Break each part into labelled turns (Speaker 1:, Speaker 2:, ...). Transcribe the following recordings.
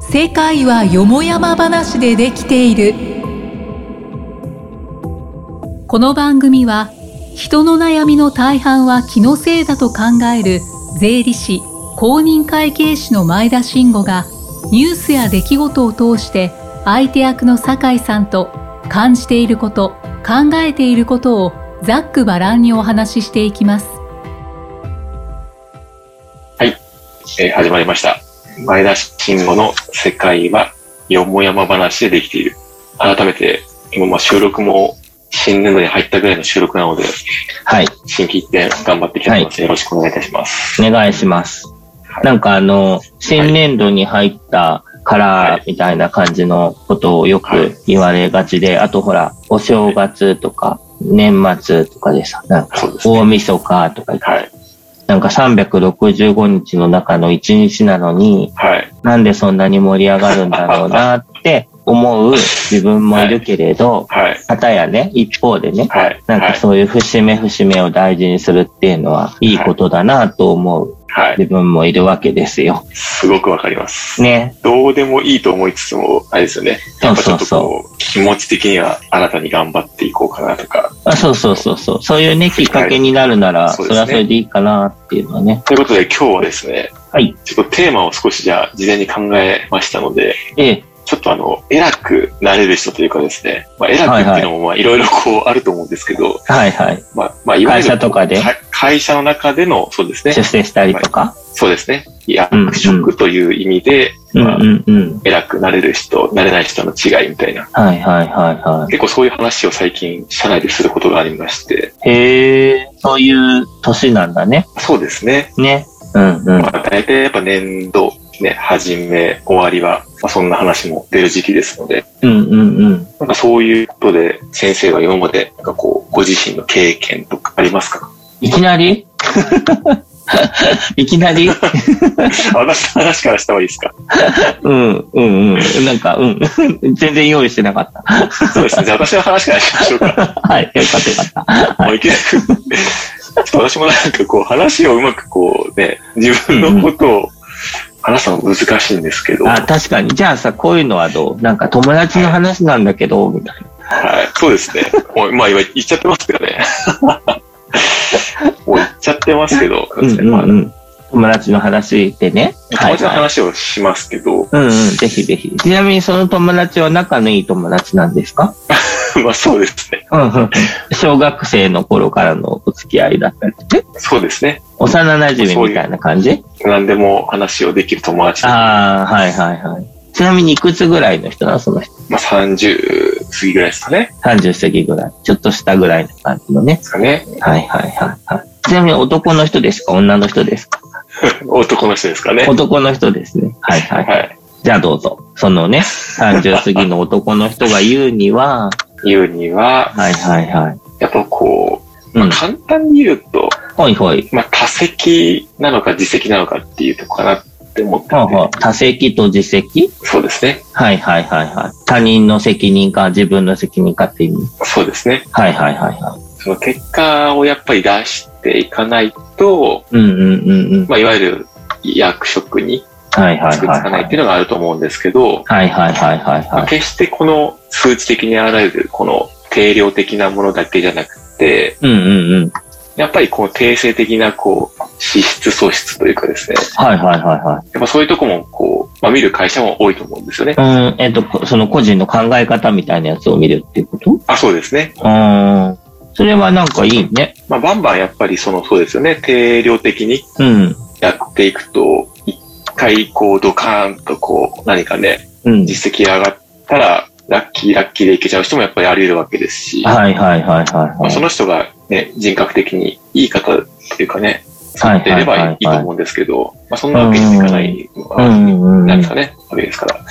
Speaker 1: 世界はよもやま話でできているこの番組は人の悩みの大半は気のせいだと考える税理士公認会計士の前田慎吾がニュースや出来事を通して相手役の酒井さんと感じていること考えていることをざっくばらんにお話ししていきます
Speaker 2: えー始まりました。前田慎吾の世界はよもやま話でできている。改めて、今まあ収録も新年度に入ったぐらいの収録なので、
Speaker 3: はい。
Speaker 2: 新規一点頑張っていきたいと思います。よろしくお願いいたします。
Speaker 3: お願いします
Speaker 2: は。い
Speaker 3: なんかあの、新年度に入ったか
Speaker 2: は
Speaker 3: ら
Speaker 2: い
Speaker 3: みたいな感じのことをよ
Speaker 2: はい
Speaker 3: く言われがちで、あとほら、お正月とか、年末とかでさ、なんか
Speaker 2: そうですね
Speaker 3: 大晦日とか、
Speaker 2: はい。
Speaker 3: なんか365日の中の1日なのに、
Speaker 2: はい。
Speaker 3: なんでそんなに盛り上がるんだろうなって 思う自分もいるけれど、
Speaker 2: はい。
Speaker 3: 方やね、一方でね、
Speaker 2: はい。
Speaker 3: なん
Speaker 2: は
Speaker 3: か
Speaker 2: い。
Speaker 3: そういう節目節目を大事にするっていうのはいいことだなと思う
Speaker 2: はい。
Speaker 3: 自分もいるわけですよ。
Speaker 2: すごくわかります。
Speaker 3: ね。
Speaker 2: どうでもいいと思いつつも、あれですよね。や
Speaker 3: そ
Speaker 2: っ
Speaker 3: う
Speaker 2: ぱちょ
Speaker 3: そ
Speaker 2: っ
Speaker 3: う
Speaker 2: と
Speaker 3: そ
Speaker 2: こう、気持ち的には新たに頑張っていこうかなとか
Speaker 3: う。。あそうそうそうそう。そういうね、きっかけになるなら、
Speaker 2: はい
Speaker 3: そ
Speaker 2: そうです
Speaker 3: れ
Speaker 2: ね
Speaker 3: はそれでいいかなっていうのはね。
Speaker 2: ということで今日はですね、
Speaker 3: はい。
Speaker 2: ちょっとテーマを少しじゃあ事前に考えましたので、
Speaker 3: ええ、
Speaker 2: ちょっとあの、偉くなれる人というかですね、まあ、偉くっていうのもまあいろいろこうあると思うんですけど、
Speaker 3: はいはい。
Speaker 2: まあ、まあ、いわゆる
Speaker 3: 会社とかで
Speaker 2: か会社の中での、そうですね
Speaker 3: 出、世したりとか。
Speaker 2: そうですね、役職という意味で、
Speaker 3: うん
Speaker 2: まあ、
Speaker 3: うんうん。
Speaker 2: 偉くなれる人、なれない人の違いみたいな、
Speaker 3: はいはいはいは
Speaker 2: 結構そういう話を最近社内ですることがありまして、
Speaker 3: い。へえ、そういう年なんだね。
Speaker 2: そうですね、
Speaker 3: ね。うんうん
Speaker 2: ま。あ、大体やっぱ年度、ね、始め、終わりは、まあ、そんな話も出る時期ですので、
Speaker 3: うんうんうん。
Speaker 2: なんかそういうことで、先生は今まで、なんかこう、ご自身の経験とかありますか
Speaker 3: いきなり いきなり
Speaker 2: 私の話からした方がいいですか
Speaker 3: うんうんうん。なんか、うん。全然用意してなかった。
Speaker 2: そうですね。じゃあ私の話からしましょう か。
Speaker 3: はい。よかったよかった。
Speaker 2: もういきなり。ちょっと私もなんかこう、話をうまくこう、ね、自分のことを話すの難しいんですけど、は
Speaker 3: あ、確かに。じゃあさ、こういうのはどうなんか友達の話なんだけど、みたい
Speaker 2: い。そうですね。もう、まあ今言っちゃってますけどね。もう言っちゃってますけど、そうで
Speaker 3: な。
Speaker 2: す
Speaker 3: う
Speaker 2: ね
Speaker 3: んう
Speaker 2: まあ
Speaker 3: んうん。友達の話でね。
Speaker 2: 友達の
Speaker 3: はいはい
Speaker 2: 話をしますけど、
Speaker 3: うんうん。ぜひぜひ。ちなみにその友達は仲のいい友達なんですか
Speaker 2: まあそうですね。
Speaker 3: うんうん。小学生の頃からのお付き合いだったりして。
Speaker 2: そうですね。
Speaker 3: 幼馴染みたいな感じ
Speaker 2: 何でも話をできる友達
Speaker 3: ああ、はいはいはい。ちなみにいくつぐらいの人なのその人。
Speaker 2: まあ、30過ぎぐらいですかね。
Speaker 3: 30過ぎぐらい。ちょっとしたぐらいの感じのね
Speaker 2: で。すかね。
Speaker 3: はいはいはいはい。ちなみに男の人ですか女の人ですか
Speaker 2: 男の人ですかね。
Speaker 3: 男の人ですね。はいはい。
Speaker 2: はい。
Speaker 3: じゃあどうぞ。そ のね、30過ぎの男の人が言うには、
Speaker 2: 言うには、
Speaker 3: はいはいはい。
Speaker 2: やっぱこう、
Speaker 3: うん。
Speaker 2: 簡単に言うと、
Speaker 3: ほいほい。
Speaker 2: まあ、多席なのか自席なのかっていうとこかなって思ってて、
Speaker 3: ほうほう。他責と自責
Speaker 2: そうですね。
Speaker 3: はいはいはいはい。他人の責任か自分の責任かって意味。
Speaker 2: そうですね。
Speaker 3: はいはいはいはい。
Speaker 2: その結果をやっぱり出していかないと、
Speaker 3: うんうんうんうん。
Speaker 2: まあ、いわゆる役職に
Speaker 3: はいはい
Speaker 2: つくつ
Speaker 3: はい
Speaker 2: か
Speaker 3: は
Speaker 2: ないって
Speaker 3: い。
Speaker 2: いうのがあると思うんですけど、
Speaker 3: はいはいはいはい
Speaker 2: まあ
Speaker 3: は
Speaker 2: 決してこの数値的にあらゆるこの定量的なものだけじゃなくて、
Speaker 3: い。うんうんうん。
Speaker 2: やっぱりこう定性的なこう資質素質というかですね、
Speaker 3: はいはいはいはい。
Speaker 2: やっぱそういうとこもこう、まあ、見る会社も多いと思うんですよね。
Speaker 3: うん、えっと、こその個人の考え方みたいなやつを見るっていうこと
Speaker 2: あ、そうですね。
Speaker 3: うん。それはなんかいいね。
Speaker 2: まあ、バンバンやっぱりそのそうですよね、定量的に
Speaker 3: うん。
Speaker 2: やっていくと、一回こうドカーンとこう何かね、
Speaker 3: うん。
Speaker 2: 実績が上がったらラッキーラッキーでいけちゃう人もやっぱりあり得るわけですし、
Speaker 3: はいはいはいはい、
Speaker 2: ま
Speaker 3: は
Speaker 2: あ、
Speaker 3: い。
Speaker 2: その人がね、人格的にいい方っていうかね、
Speaker 3: は
Speaker 2: さ
Speaker 3: い
Speaker 2: っていればいいと思うんですけど、まあそんなわけにもいかないのが
Speaker 3: うんうん
Speaker 2: なんですかね、わけですから。ま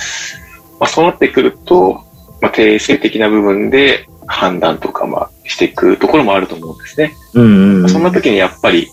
Speaker 2: あ、そうなってくると、まあ、定性的な部分で判断とか、まあ、していくところもあると思うんですね。
Speaker 3: うんうん。
Speaker 2: そんな時にやっぱり、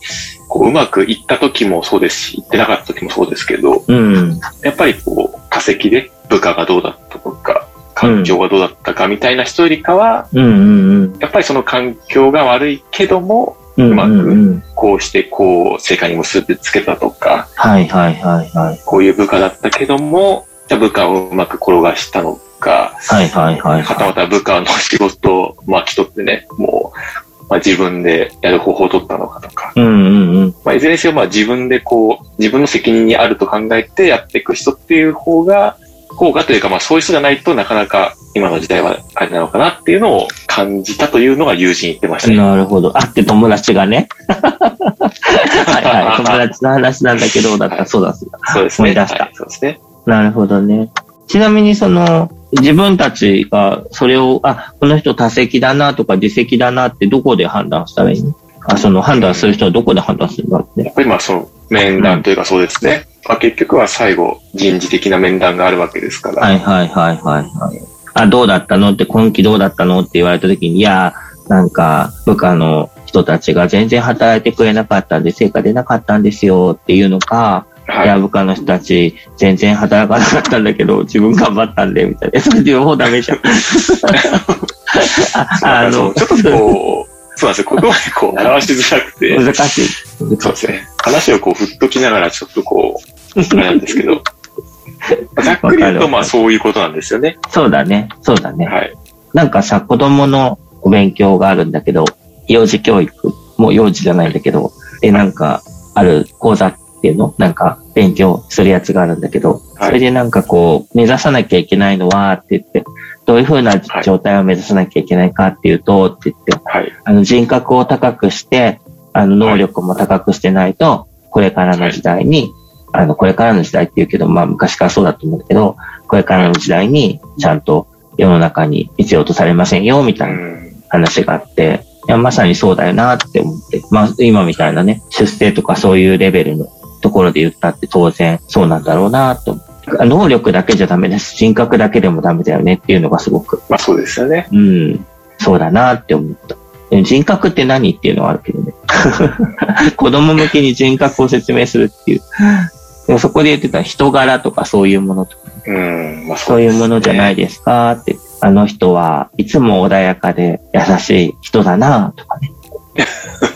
Speaker 2: こう、うまくいった時もそうですし、いってなかった時もそうですけど、
Speaker 3: うん。
Speaker 2: やっぱりこう、化石で部下がどうだったとか、環境がどうだったかみたいな人よりかは、
Speaker 3: うんうん
Speaker 2: やっぱりその環境が悪いけども、
Speaker 3: うん。
Speaker 2: うまく
Speaker 3: んんうん
Speaker 2: こうしてこう、成果に結びつけたとか、
Speaker 3: はいはいはいはい。
Speaker 2: こういう部下だったけども、じゃあ部下をうまく転がしたのか、
Speaker 3: はいはいはい
Speaker 2: はた
Speaker 3: は
Speaker 2: また部下の仕事を巻き取ってね、もう、まあ、自分でやる方法を取ったのかとか、
Speaker 3: い。うんうんうん。
Speaker 2: まあ、いずれにせよまあ自分でこう、自分の責任にあると考えてやっていく人っていう方が、方がというかまあそういう人じゃないとなかなか今の時代はあれなのかなっていうのを感じたというのが友人言ってましたね。
Speaker 3: なるほど。あって友達がね。はいはい。友達の話なんだけど、だった、そうだそうだ。
Speaker 2: そうですね。
Speaker 3: 思い出した
Speaker 2: はい、そうですね。
Speaker 3: なるほどね。ちなみにその、自分たちがそれを、あ、この人多席だなとか自席だなってどこで判断したらいいのあ、その判断する人はどこで判断するんだろうね。
Speaker 2: やっぱりまあその面談というかそうですね。まあ結局は最後人事的な面談があるわけですから。
Speaker 3: はいはいはいはいはい。あ、どうだったのって、今期どうだったのって言われた時に、いやー、なんか、部下の人たちが全然働いてくれなかったんで、成果出なかったんですよっていうのか、、
Speaker 2: はいい。
Speaker 3: や、部下の人たち全然働かなかったんだけど、自分頑張ったんで、みたいな。それ両方ダメじ ゃん。あ
Speaker 2: あの、ちょっとこう、 そうなんですよ。ここまでこう表しづらくて。
Speaker 3: 難しい。
Speaker 2: そうですね。話をこう、ふっときながら、ちょっとこう、あれなんですけ ど。ざっくり言うと、まあ、そういうことなんですよね。
Speaker 3: そうだね。そうだね。
Speaker 2: はい。
Speaker 3: なんかさ、子供のお勉強があるんだけど、幼児教育、もう幼児じゃないんだけど、で、なんか、ある講座っていうのなんか、勉強するやつがあるんだけど、
Speaker 2: はい
Speaker 3: それでなんかこう、目指さなきゃいけないのは、って言って、どういうふうな
Speaker 2: はい
Speaker 3: 状態を目指さなきゃいけないかっていうと、って言って、
Speaker 2: はい。
Speaker 3: あの人格を高くして、あの能力も高くしてないと、これからの時代に、あの、これからの時代って言うけど、まあ昔からそうだと思うけど、これからの時代にちゃんと世の中に必要とされませんよ、み
Speaker 2: う。
Speaker 3: たいなん話があって、いやまさにそうだよなって思って、まあ今みたいなね、出世とかそういうレベルのところで言ったって当然そうなんだろうなと思って。能力だけじゃダメです。人格だけでもダメだよねっていうのがすごく
Speaker 2: まあ、そうですよね。
Speaker 3: うん、そうだなって思った。え人格って何っていうのはあるけどね。 子供向けに人格を説明するっていう。でもそこで言ってた人柄とかそういうものとか、
Speaker 2: うん。まあ、
Speaker 3: そういうものじゃない
Speaker 2: で
Speaker 3: ですかって。あの人はいつも穏やかで優しい人だなとか ね。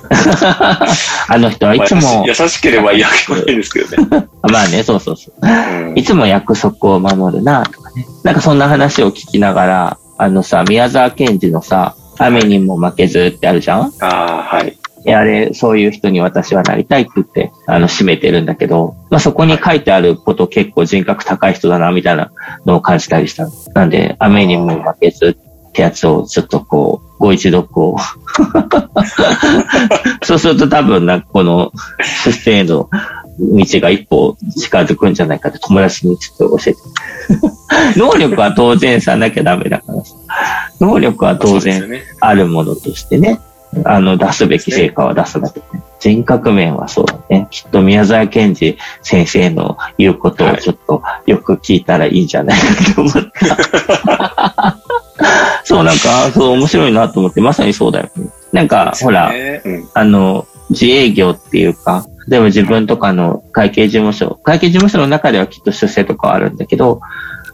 Speaker 3: あの人はいつ
Speaker 2: すね。ま
Speaker 3: も
Speaker 2: あ、優し優しければいいわけもないんです けどね。
Speaker 3: まあね、そうそうそう。
Speaker 2: うん
Speaker 3: いつも約束を守るな、とかね。なんかそんな話を聞きながら、あのさ、宮沢賢治のさ、雨にも負けずってあるじゃん
Speaker 2: ああ、はい。
Speaker 3: いや、あれ、そういう人に私はなりたいって言って、あの、締めてるんだけど、まあ、そこに書いてあること結構人格高い人だな、みたいなのを感じたりした。なんで、雨にも負けずってやつを、ちょっとこう、ご一読を。そうすると多分、なんかこの、出世への道が一歩近づくんじゃないかって友達にちょっと教えて。能力は当然さなきゃダメだからさ。能力は
Speaker 2: そ
Speaker 3: 当然
Speaker 2: うですよね。
Speaker 3: あるものとしてね、あの、出すべき成果は出さなきゃいけない。人格面はそうだね。きっと宮沢賢治先生の言うことを
Speaker 2: はい
Speaker 3: ちょっとよく聞いたらいいんじゃないかと思った。そう、なんか、そう、面白いなと思って、まさにそうだよね。なんか、ほら、
Speaker 2: うん。
Speaker 3: あの、自営業っていうか、でも自分とかの会計事務所、会計事務所の中ではきっと出世とかはあるんだけど、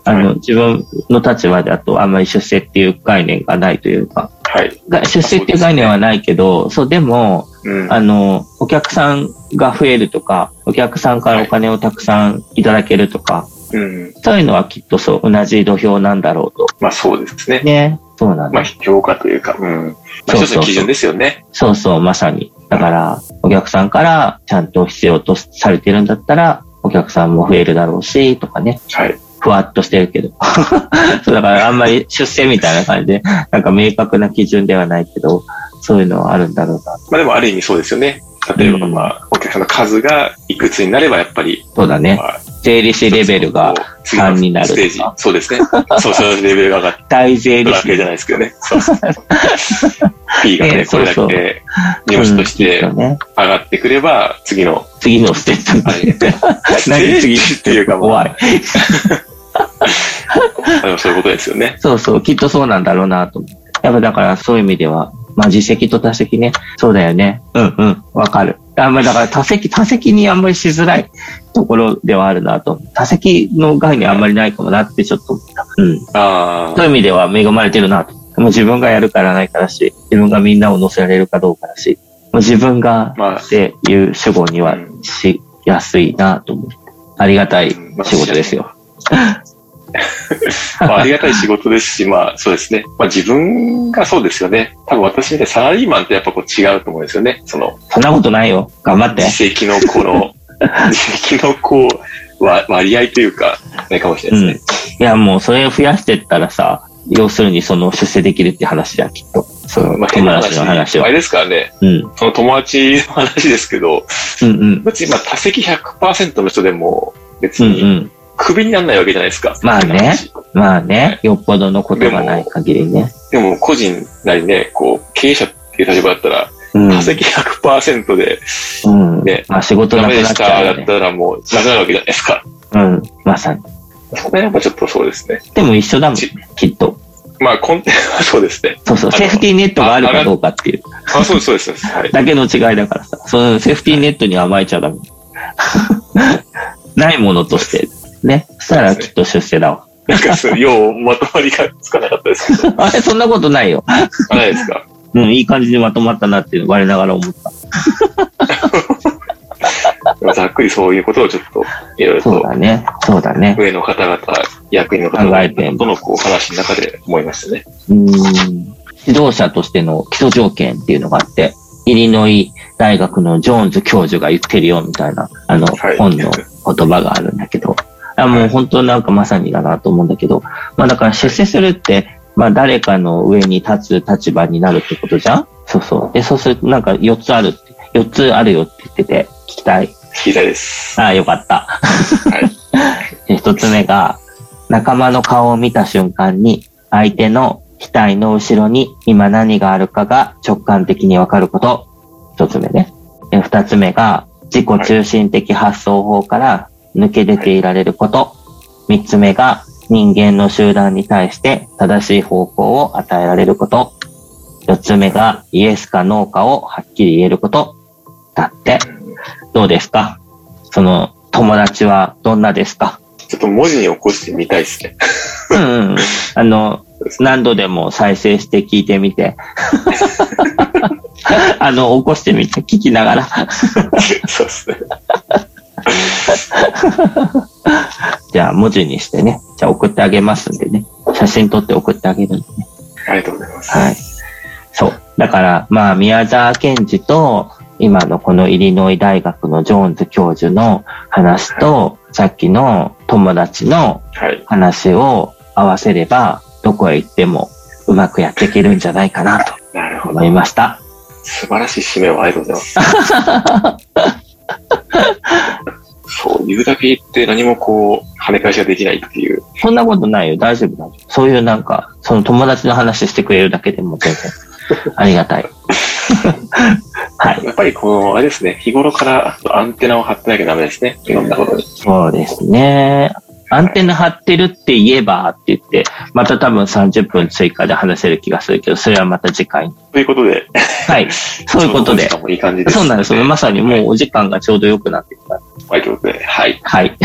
Speaker 3: あの、
Speaker 2: は
Speaker 3: 自分の立場だとあんまり出世っていう概念がないというか、
Speaker 2: はい。
Speaker 3: が出世っていう概念はないけど、そう,、でも、
Speaker 2: うん。
Speaker 3: あの、お客さんが増えるとか、お客さんからお金をたくさんいただけるとか、
Speaker 2: うん。
Speaker 3: そういうのはきっとそう、同じ土俵なんだろうと。
Speaker 2: まあ、そうですね。
Speaker 3: ね。そうなん
Speaker 2: まあ、
Speaker 3: だ。
Speaker 2: 評価というか、うん。まあ、
Speaker 3: そう
Speaker 2: 一つ
Speaker 3: そう
Speaker 2: の基準ですよね。
Speaker 3: そうそう、まさに。だから、お客さんからちゃんと必要とされてるんだったら、お客さんも増えるだろうし、とかね。
Speaker 2: はい。
Speaker 3: ふわっとしてるけど。 そう、だからあんまり出世みたいな感じで、なんか明確な基準ではないけど、そういうのはあるんだろうな。
Speaker 2: まあ、でもある意味そうですよね。例えば、
Speaker 3: うん
Speaker 2: まあ、お客さんの数がいくつになれば、やっぱり、
Speaker 3: そうだね。
Speaker 2: まあ、
Speaker 3: 税理士レベルが3になると
Speaker 2: ス
Speaker 3: か
Speaker 2: テージ。そうですね。そう、そのレベルが上がって
Speaker 3: 大税
Speaker 2: る
Speaker 3: 理
Speaker 2: わ
Speaker 3: 士
Speaker 2: けじゃないですけどね。そうそう P が
Speaker 3: ね
Speaker 2: ね、これだ
Speaker 3: そうそう
Speaker 2: け入試とし
Speaker 3: うんいい
Speaker 2: て
Speaker 3: よ
Speaker 2: 上
Speaker 3: ね、
Speaker 2: がってくれば、次の、
Speaker 3: 次のステップ
Speaker 2: あ
Speaker 3: に。
Speaker 2: れ、ステージっていうか、 ま
Speaker 3: 怖
Speaker 2: あ、
Speaker 3: い。
Speaker 2: でもそういうことですよね。
Speaker 3: そうそう、きっとそうなんだろうなと思って。やっぱだからそういう意味では、まあ実績と多席ね。そうだよね。うんうん。わかる。あんまりだから多席、多席にあんまりしづらいところではあるなと。多席の概念あんまりないかもなってちょっと思った。うん。
Speaker 2: あ
Speaker 3: そういう意味では恵まれてるなと。もう自分がやるからないからだし、自分がみんなを乗せられるかどうかだし、もう自分が
Speaker 2: まあ
Speaker 3: っていう主語にはしやすいなと思って。ありがたい
Speaker 2: うんまあ
Speaker 3: 仕事ですよ。
Speaker 2: まあ、ありがたい仕事ですし、まあそうですね。まあ自分がそうですよね。多分私みたいにサラリーマンってやっぱこう違うと思うんですよね。その、
Speaker 3: そんなことないよ。頑張って。
Speaker 2: 自責の子 の、自責の子は割合というか、ね、かもしれないですね。
Speaker 3: いや、もうそれを増やしてったらさ、要するにその出世できるって話だよ、きっと。その
Speaker 2: まあ、
Speaker 3: 友達の話
Speaker 2: あ
Speaker 3: は。
Speaker 2: れですからね、
Speaker 3: うん。うん
Speaker 2: その友達の話ですけど、
Speaker 3: うん。
Speaker 2: 別にまあ多席100%の人でも別
Speaker 3: うんう
Speaker 2: に
Speaker 3: ん。
Speaker 2: クビにならないわけじゃないですか。
Speaker 3: まあねまあね、よっぽどのことがない限りね。
Speaker 2: でも個人なりね、こう、経営者っていう立場だったら、
Speaker 3: うん。
Speaker 2: 多席100%で
Speaker 3: うん。
Speaker 2: ね
Speaker 3: まあ仕事
Speaker 2: ダ
Speaker 3: な
Speaker 2: メ
Speaker 3: く
Speaker 2: で
Speaker 3: なっ
Speaker 2: し
Speaker 3: ちゃ
Speaker 2: た
Speaker 3: う
Speaker 2: だ
Speaker 3: よ
Speaker 2: っ
Speaker 3: ね。
Speaker 2: たらもうなくなるわけじゃないですか。
Speaker 3: うん。まさに。
Speaker 2: そこはやっぱちょっとそうですね。
Speaker 3: でも一緒だもんね、きっと。
Speaker 2: まあ、根底はそうですね。
Speaker 3: そうそう。
Speaker 2: あの
Speaker 3: セーフティーネットがあるかどうかっていう
Speaker 2: あ、そうです、そうですそうです。はい。
Speaker 3: だけの違いだからさ。そのセーフティーネットに甘えちゃ ダメ。ないものとして。ね。そしたらきっと出世だわ。
Speaker 2: なんかそう、ようまとまりがつかなかったですけど。
Speaker 3: あれ、そんなことないよ。
Speaker 2: あないですか。
Speaker 3: うん、いい感じにまとまったなって我ながら思った。
Speaker 2: ざっくりそういうことをちょっと、いろいろ
Speaker 3: そう
Speaker 2: と、
Speaker 3: だね。そうだね。
Speaker 2: 上の方々、役員の方
Speaker 3: 考え
Speaker 2: 々
Speaker 3: て
Speaker 2: とのこう話の中で思いましたね。
Speaker 3: うん。指導者としての基礎条件っていうのがあって、イリノイ大学のジョーンズ教授が言ってるよみたいな、あの、
Speaker 2: はい
Speaker 3: 本の言葉があるんだけど、あもう本当なんかまさにだなと思うんだけど、まあだから出世するって、まあ誰かの上に立つ立場になるってことじゃんそうそう。で、そうするとなんか4つあるって、4つあるよって言ってて、聞きたい。
Speaker 2: 聞きたいです。
Speaker 3: ああ、よかった。
Speaker 2: はい。
Speaker 3: で一つ目が、仲間の顔を見た瞬間に、相手の額の後ろに今何があるかが直感的にわかること。一つ目ね。で二つ目が、自己中心的発想法から抜け出ていられること。三つ目が、人間の集団に対して正しい方向を与えられること。四つ目が、イエスかノーかをはっきり言えること。だって、どうですかその、友達はどんなですか
Speaker 2: ちょっと文字に起こしてみたいですね。
Speaker 3: うんうんあの
Speaker 2: で、す
Speaker 3: 何度でも再生して聞いてみて。 あの、起こしてみて、聞きながら。
Speaker 2: そうですね。
Speaker 3: じゃあ、文字にしてね。じゃあ、送ってあげますんでね。写真撮って送ってあげるんでね。
Speaker 2: ありがとうございます。
Speaker 3: はい。そう。だから、まあ、宮沢賢治と、今のこのイリノイ大学のジョーンズ教授の話と、さっきの友達の
Speaker 2: はい。
Speaker 3: 話を合わせれば、どこへ行ってもうまくやっていけるんじゃないかなと
Speaker 2: なるほど
Speaker 3: 思。いました。
Speaker 2: 素晴らしい締めをありがとうございます。 そう、言うだけ言って何もこう、跳ね返しができないっていう。
Speaker 3: そんなことないよ。大丈夫、大丈夫。そういうなんか、その友達の話してくれるだけでも 全然ありがたい。はい。
Speaker 2: やっぱりこの、あれですね、日頃からアンテナを張ってなきゃダメですね。いろんなことに。
Speaker 3: そうですね。アンテナ張ってるって言えばって言って、また多分30分追加で話せる気がするけど、それはまた次回に。
Speaker 2: ということ で、
Speaker 3: はい。そういうことで
Speaker 2: ちょ。っもいい感じです。
Speaker 3: そうなんですよ。まさにもう
Speaker 2: う。
Speaker 3: お時間がちょうど良くなってきた。
Speaker 2: はい、ということで、はい。
Speaker 3: はい。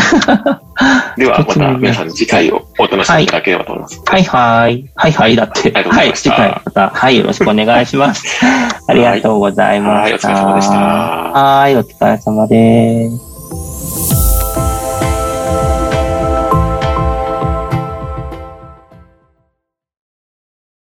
Speaker 2: では、
Speaker 3: 一
Speaker 2: ま
Speaker 3: つ目
Speaker 2: た皆さん次回をお楽しみいただければと思います。
Speaker 3: はいはい。はいはい。だって。
Speaker 2: ありがとうござ
Speaker 3: はいい。
Speaker 2: ました
Speaker 3: 次回また。はい。よろしくお願いします。ありがとうございました。
Speaker 2: はいお疲れ様でした
Speaker 3: はい。お疲れ様です。